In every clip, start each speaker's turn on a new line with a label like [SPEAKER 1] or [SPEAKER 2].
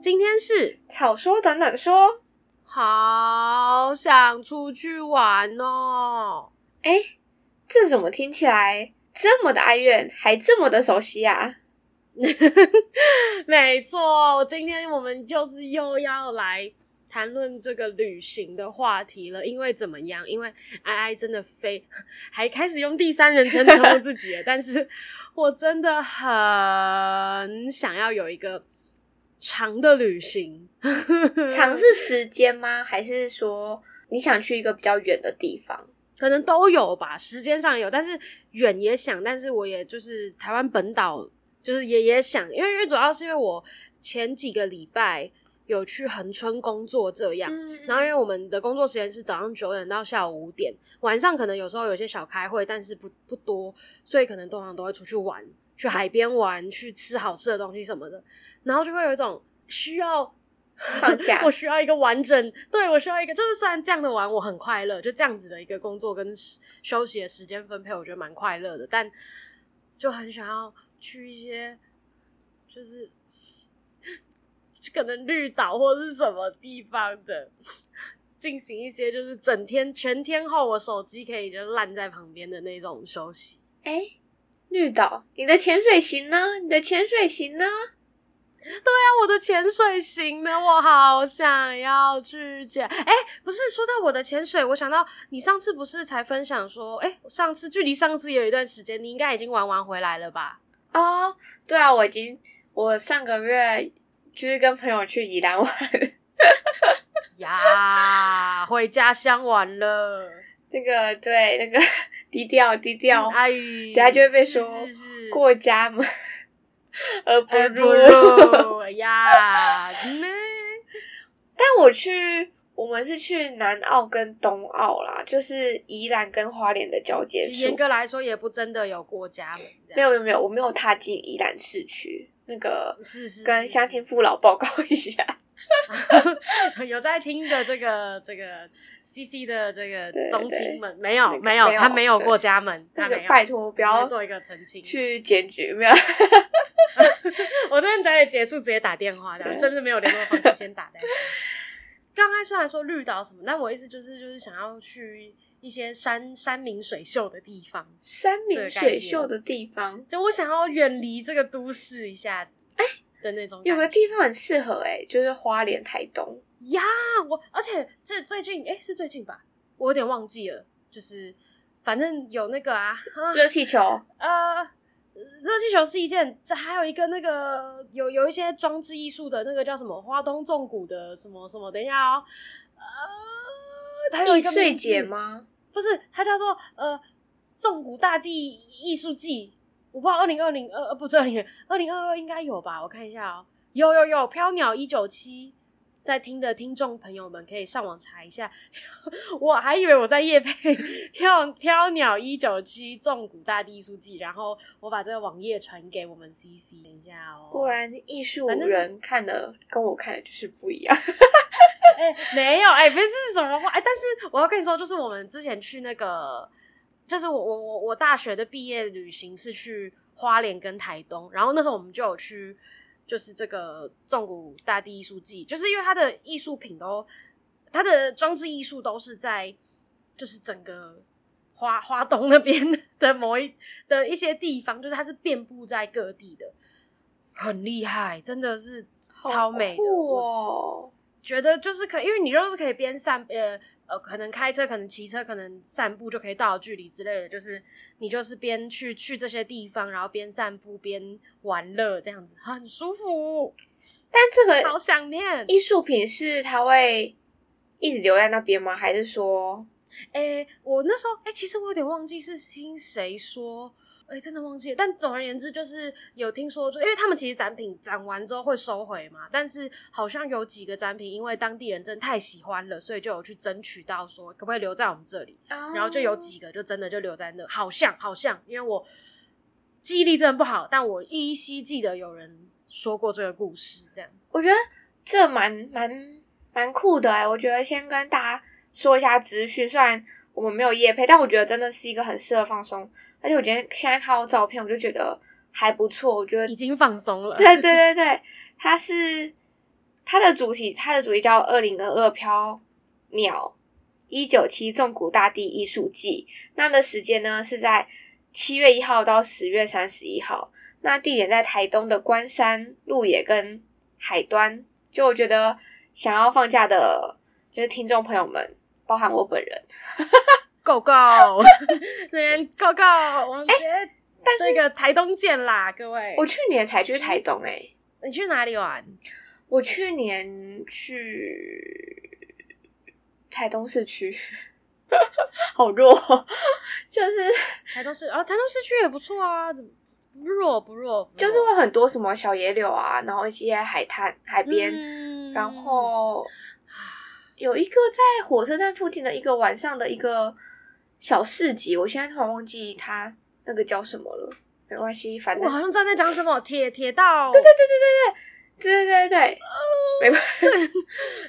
[SPEAKER 1] 今天是
[SPEAKER 2] 草说短短说，
[SPEAKER 1] 好想出去玩哦。
[SPEAKER 2] 哎，这怎么听起来这么的哀怨，还这么的熟悉呀、啊？
[SPEAKER 1] 没错，今天我们就是又要来谈论这个旅行的话题了。因为怎么样？因为哀哀真的非 还开始用第三人称称呼自己了，但是我真的很想要有一个长的旅行。
[SPEAKER 2] 长是时间吗？还是说你想去一个比较远的地方？
[SPEAKER 1] 可能都有吧，时间上有，但是远也想，但是我也就是台湾本岛。就是也也想，因为因为主要是因为我前几个礼拜有去恒春工作这样，
[SPEAKER 2] 嗯
[SPEAKER 1] 然后因为我们的工作时间是早上九点到下午五点，晚上可能有时候有些小开会，但是不不多，所以可能通常都会出去玩，去海边玩，去吃好吃的东西什么的，然后就会有一种需要
[SPEAKER 2] 放 假
[SPEAKER 1] 我需要一个完整，对我需要一个，就是虽然这样的玩我很快乐，就这样子的一个工作跟时休息的时间分配，我觉得蛮快乐的，但就很想要去一些，就是 可能绿岛或是什么地方的，进行一些就是整天全天候我手机可以就烂在旁边的那种休息。
[SPEAKER 2] 哎，绿岛，你的潜水行呢？你的潜水行呢？
[SPEAKER 1] 那我的潜水行呢？我好想要去潜。哎、不是说到我的潜水，我想到你上次不是才分享说，哎、上次距离上次也有一段时间，你应该已经玩完回来了 吧？
[SPEAKER 2] 哦，对啊，我已经，我上个月就是跟朋友去宜兰玩，
[SPEAKER 1] 呀，回家乡玩了。
[SPEAKER 2] 那个对，那个低调低调，
[SPEAKER 1] 哎，
[SPEAKER 2] 等下就会被说
[SPEAKER 1] 是是是
[SPEAKER 2] 过家门而不
[SPEAKER 1] 而
[SPEAKER 2] 入。
[SPEAKER 1] 不入呀。呢
[SPEAKER 2] 但我去，我们是去南澳跟东澳啦，就是宜兰跟花莲的交界
[SPEAKER 1] 其实严
[SPEAKER 2] 处。
[SPEAKER 1] 格来说，也不真的有过家门，这样
[SPEAKER 2] 没有没有没有，我没有踏进宜兰市区，那个
[SPEAKER 1] 是是
[SPEAKER 2] 跟
[SPEAKER 1] 是
[SPEAKER 2] 乡
[SPEAKER 1] 是
[SPEAKER 2] 亲
[SPEAKER 1] 是
[SPEAKER 2] 父老报告一下。
[SPEAKER 1] 有在听的这个这个 C C 的这个
[SPEAKER 2] 对
[SPEAKER 1] 宗亲们，没
[SPEAKER 2] 那
[SPEAKER 1] 有
[SPEAKER 2] 个
[SPEAKER 1] 没有
[SPEAKER 2] 没，有
[SPEAKER 1] 他没有
[SPEAKER 2] 对
[SPEAKER 1] 过家门，
[SPEAKER 2] 那
[SPEAKER 1] 他
[SPEAKER 2] 个
[SPEAKER 1] 没有。
[SPEAKER 2] 拜托不
[SPEAKER 1] 我们
[SPEAKER 2] 要
[SPEAKER 1] 做一个澄清。
[SPEAKER 2] 去检举，没有。
[SPEAKER 1] 我这边等你结束直接打电话，这样
[SPEAKER 2] 对
[SPEAKER 1] 甚至没有联络方式，先打再说。刚才虽然说绿岛什么，但我意思就是就是想要去一些山山明水秀的地方，
[SPEAKER 2] 山
[SPEAKER 1] 这
[SPEAKER 2] 明
[SPEAKER 1] 个概
[SPEAKER 2] 水
[SPEAKER 1] 念
[SPEAKER 2] 秀的地方，
[SPEAKER 1] 就我想要远离这个都市一下子，的那种感觉。
[SPEAKER 2] 有个地方很适合哎、就是花莲、台东。
[SPEAKER 1] 呀，我而且这最近哎、是最近吧，我有点忘记了，就是反正有那个啊啊
[SPEAKER 2] 热气球，
[SPEAKER 1] 呃，热气球是一件，这还有一个那个有有一些装置艺术的那个叫什么花东纵谷的什么什么，等一下哦，呃，它有
[SPEAKER 2] 易
[SPEAKER 1] 一个
[SPEAKER 2] 碎
[SPEAKER 1] 名字
[SPEAKER 2] 节？吗？
[SPEAKER 1] 不是，它叫做呃纵谷大地艺术季，我不知道二零二零呃不是二零二零二二应该有吧？我看一下哦，有有有，飘鸟一九七。在听的听众朋友们可以上网查一下， 我还以为我在夜配 飘飘鸟一九七纵谷大地艺术季，然后我把这个网页传给我们 CC，等一下哦。
[SPEAKER 2] 果然艺术
[SPEAKER 1] 反正
[SPEAKER 2] 人看的跟我看的就是不一样。
[SPEAKER 1] 哎、没有，哎、不是什么话，哎、但是我要跟你说，就是我们之前去那个，就是我我我我大学的毕业旅行是去花莲跟台东，然后那时候我们就有去，就是这个纵谷大地艺术季，就是因为它的艺术品都，它的装置艺术都是在，就是整个。花花东那边的某一的一些地方，就是它是遍布在各地的，很厉害，真的是超美的。
[SPEAKER 2] 好酷
[SPEAKER 1] 我
[SPEAKER 2] 哦！
[SPEAKER 1] 觉得就是可，因为你就是可以边散呃呃，可能开车，可能骑车，可能散步就可以到的距离之类的，就是你就是边去去这些地方，然后边散步边玩乐这样子，很舒服，
[SPEAKER 2] 但这
[SPEAKER 1] 好
[SPEAKER 2] 个
[SPEAKER 1] 想 念。
[SPEAKER 2] 艺术品是它会一直留在那边吗？还是说
[SPEAKER 1] 诶、我那时候诶、其实我有点忘记是听谁说，诶、真的忘记了。但总而言之，就是有听说，就因为他们其实展品展完之后会收回嘛，但是好像有几个展品因为当地人真的太喜欢了，所以就有去争取到说可不可以留在我们这里。哦然
[SPEAKER 2] 然
[SPEAKER 1] 后就有几个就真的就留在那，好像好像，因为我记忆力真的不好，但我依稀记得有人说过这个故事，这样
[SPEAKER 2] 我觉得这蛮蛮蛮酷的哎、我觉得先跟大家说一下资讯，虽然我们没有夜配，但我觉得真的是一个很适合放松。而且我今天现在看到照片，我就觉得还不错。我觉得
[SPEAKER 1] 已经放松了。
[SPEAKER 2] 对对对对，它是它的主题，它的主题叫《二零二二飘鸟一九七纵谷大地艺术季》，那的时间呢是在七月一号到十月三十一号，那地点在台东的关山、鹿野跟海端。就我觉得想要放假的，就是听众朋友们，包含我本人，
[SPEAKER 1] 狗 狗，对，狗狗，我们直接那个台东见啦，各位。
[SPEAKER 2] 哎我去年才去台东诶、欸
[SPEAKER 1] 你去哪里玩？
[SPEAKER 2] 我去年去台东市区， 好弱，就是
[SPEAKER 1] 台东市啊，台东市区也不错啊，怎么不弱不弱，不弱
[SPEAKER 2] 就是会很多什么小野柳啊，然后一些海滩、海边，
[SPEAKER 1] 嗯
[SPEAKER 2] 然后有一个在火车站附近的一个晚上的一个小市集，我现在突然忘记它那个叫什么了，没关系，反
[SPEAKER 1] 我
[SPEAKER 2] 正
[SPEAKER 1] 好像知道在讲什么铁铁道，
[SPEAKER 2] 对对对对对对对，
[SPEAKER 1] 哦
[SPEAKER 2] 没关系，
[SPEAKER 1] 对，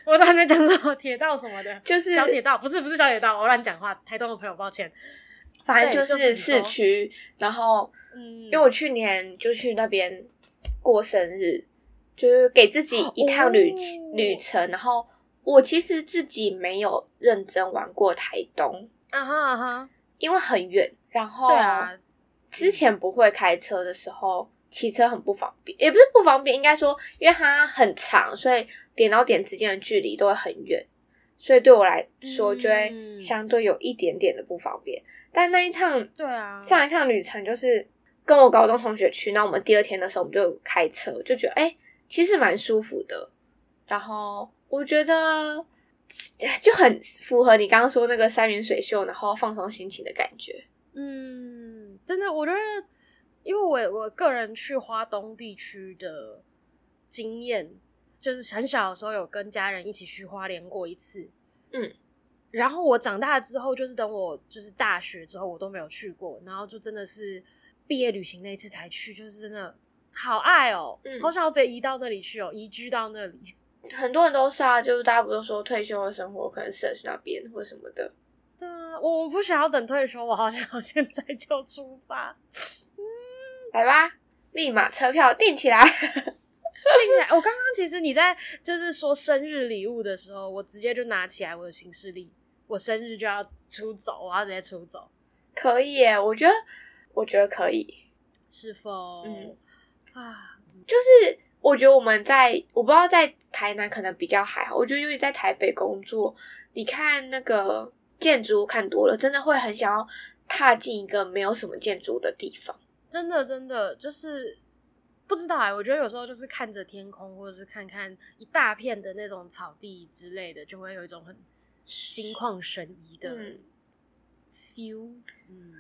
[SPEAKER 1] 我知道你在讲什么铁道什么的，
[SPEAKER 2] 就是
[SPEAKER 1] 小铁道，不是不是小铁道，我乱讲话，台东的朋友抱歉。
[SPEAKER 2] 反正
[SPEAKER 1] 对
[SPEAKER 2] 就
[SPEAKER 1] 就是
[SPEAKER 2] 是
[SPEAKER 1] 你说
[SPEAKER 2] 市区，然后
[SPEAKER 1] 嗯，
[SPEAKER 2] 因为我去年就去那边过生日，就是给自己一趟旅、
[SPEAKER 1] 哦
[SPEAKER 2] 旅程。然后我其实自己没有认真玩过台东，
[SPEAKER 1] 啊哈啊哈，
[SPEAKER 2] 因为很远。然后
[SPEAKER 1] 对啊，
[SPEAKER 2] 之前不会开车的时候，骑车很不方便，也不是不方便，应该说因为它很长，所以点到点之间的距离都会很远，所以对我来说就会
[SPEAKER 1] 嗯
[SPEAKER 2] 相对有一点点的不方便。但那一趟
[SPEAKER 1] 对啊，
[SPEAKER 2] 上一趟旅程就是跟我高中同学去，那我们第二天的时候我们就开车，就觉得哎、其实蛮舒服的。然后我觉得就很符合你刚刚说那个山明水秀，然后放松心情的感觉。
[SPEAKER 1] 嗯，真的，我觉得，因为我我个人去花东地区的经验，就是很小的时候有跟家人一起去花莲过一次，
[SPEAKER 2] 嗯，
[SPEAKER 1] 然后我长大之后，就是等我就是大学之后，我都没有去过，然后就真的是毕业旅行那一次才去，就是真的好爱哦，
[SPEAKER 2] 嗯
[SPEAKER 1] 好想要直接移到那里去哦，移居到那里，
[SPEAKER 2] 很多人都是啊，就是大家不都说退休的生活可能适合去那边或什么的。
[SPEAKER 1] 对啊，我我不想要等退休，我好想要现在就出 发。
[SPEAKER 2] 来吧，立马车票订起来。
[SPEAKER 1] 听起来，我刚刚其实你在就是说生日礼物的时候，我直接就拿起来我的行事历，我生日就要出走，我要直接出走，
[SPEAKER 2] 可以耶，我觉得，我觉得可以。
[SPEAKER 1] 是否？
[SPEAKER 2] 嗯
[SPEAKER 1] 啊，
[SPEAKER 2] 就是我觉得我们在我不知道在台南可能比较还好，我觉得因为在台北工作，你看那个建筑物看多了，真的会很想要踏进一个没有什么建筑的地方。
[SPEAKER 1] 真的真的就是不知道哎、我觉得有时候就是看着天空，或者是看看一大片的那种草地之类的，就会有一种很心旷神怡的
[SPEAKER 2] 嗯
[SPEAKER 1] feel，嗯，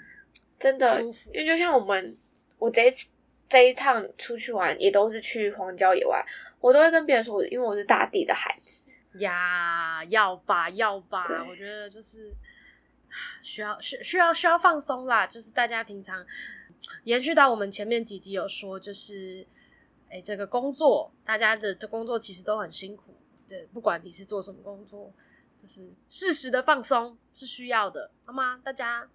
[SPEAKER 2] 真的
[SPEAKER 1] 舒，服
[SPEAKER 2] 因为就像我们，我这一次这一趟出去玩也都是去荒郊野外，我都会跟别人说，我因为我是大地的孩子，
[SPEAKER 1] 呀，要吧要吧
[SPEAKER 2] 对，
[SPEAKER 1] 我觉得就是需要需需要需要放松啦，就是大家平常延续到我们前面几集有说，就是哎、这个工作大家的这工作其实都很辛苦，对，不管你是做什么工作，就是适时的放松是需要的，好吗？大家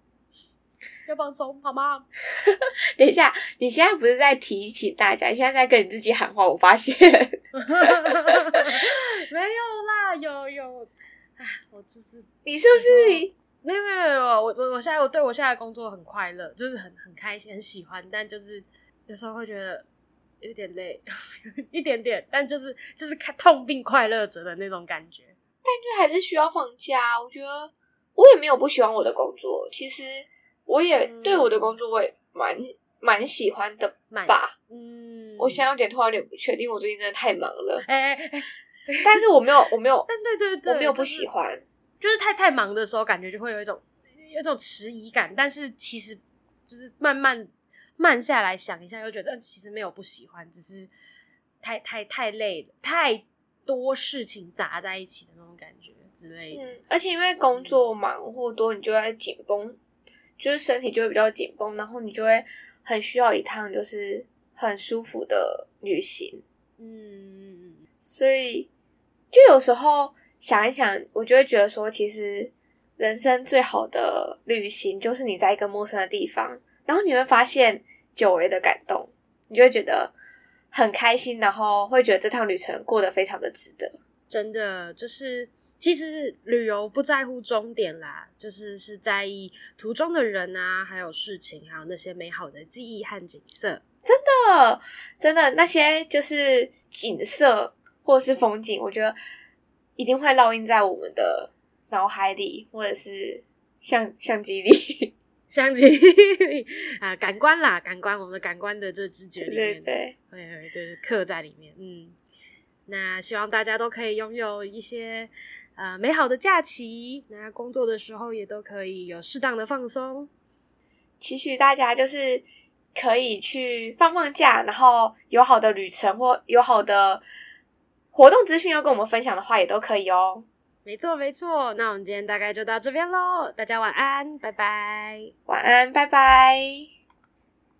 [SPEAKER 1] 要放松好吗？
[SPEAKER 2] 等一下，你现在不是在提醒大家，你现在在跟你自己喊话，我发现。
[SPEAKER 1] 没有啦，有有，哎，我就是
[SPEAKER 2] 你是不是
[SPEAKER 1] 没有没有没有，我我我现在我对我现在的工作很快乐，就是很很开心，很喜欢，但就是有时候会觉得有点累， 一点点，但就是就是看痛并快乐着的那种感觉。
[SPEAKER 2] 就还是需要放假？我觉得我也没有不喜欢我的工作，其实我也
[SPEAKER 1] 嗯
[SPEAKER 2] 对我的工作我也蛮蛮喜欢的
[SPEAKER 1] 满
[SPEAKER 2] 吧。
[SPEAKER 1] 嗯，，
[SPEAKER 2] 我现在有点突然有点不确定，我最近真的太忙了
[SPEAKER 1] 哎、哎哎，
[SPEAKER 2] 但是我没有我没 有
[SPEAKER 1] 但对对对，
[SPEAKER 2] 我没有不
[SPEAKER 1] 就是
[SPEAKER 2] 喜欢，
[SPEAKER 1] 就是太太忙的时候，感觉就会有一种有一种迟疑感，但是其实就是慢慢慢下来想一下，又觉得呃其实没有不喜欢，只是太太太累了，太多事情杂在一起的那种感觉之类的。
[SPEAKER 2] 嗯，而且因为工作忙或多，你就会紧绷，就是身体就会比较紧绷，然后你就会很需要一趟就是很舒服的旅行。
[SPEAKER 1] 嗯，嗯
[SPEAKER 2] 所以就有时候想一想，我就会觉得说，其实人生最好的旅行就是你在一个陌生的地方，然后你会发现久违的感动，你就会觉得很开心，然后会觉得这趟旅程过得非常的值得。
[SPEAKER 1] 真的就是，其实旅游不在乎终点啦，就是是在意途中的人啊，还有事情，还有那些美好的记忆和景色。
[SPEAKER 2] 呃，真的那些就是景色或是风景，我觉得一定会烙印在我们的脑海里，或者是相相机里。
[SPEAKER 1] 相机啊，感官啦，感官，我们的感官的这知觉
[SPEAKER 2] 对
[SPEAKER 1] 里
[SPEAKER 2] 对
[SPEAKER 1] 面，
[SPEAKER 2] 对，
[SPEAKER 1] 会会就是刻在里面。嗯，那希望大家都可以拥有一些呃美好的假期，那工作的时候也都可以有适当的放松。
[SPEAKER 2] 期许大家就是可以去放放假，然后有好的旅程或有好的活动资讯要跟我们分享的话，也都可以哦。
[SPEAKER 1] 没错，没错。那我们今天大概就到这边喽，大家晚安，拜拜。
[SPEAKER 2] 晚安，拜拜。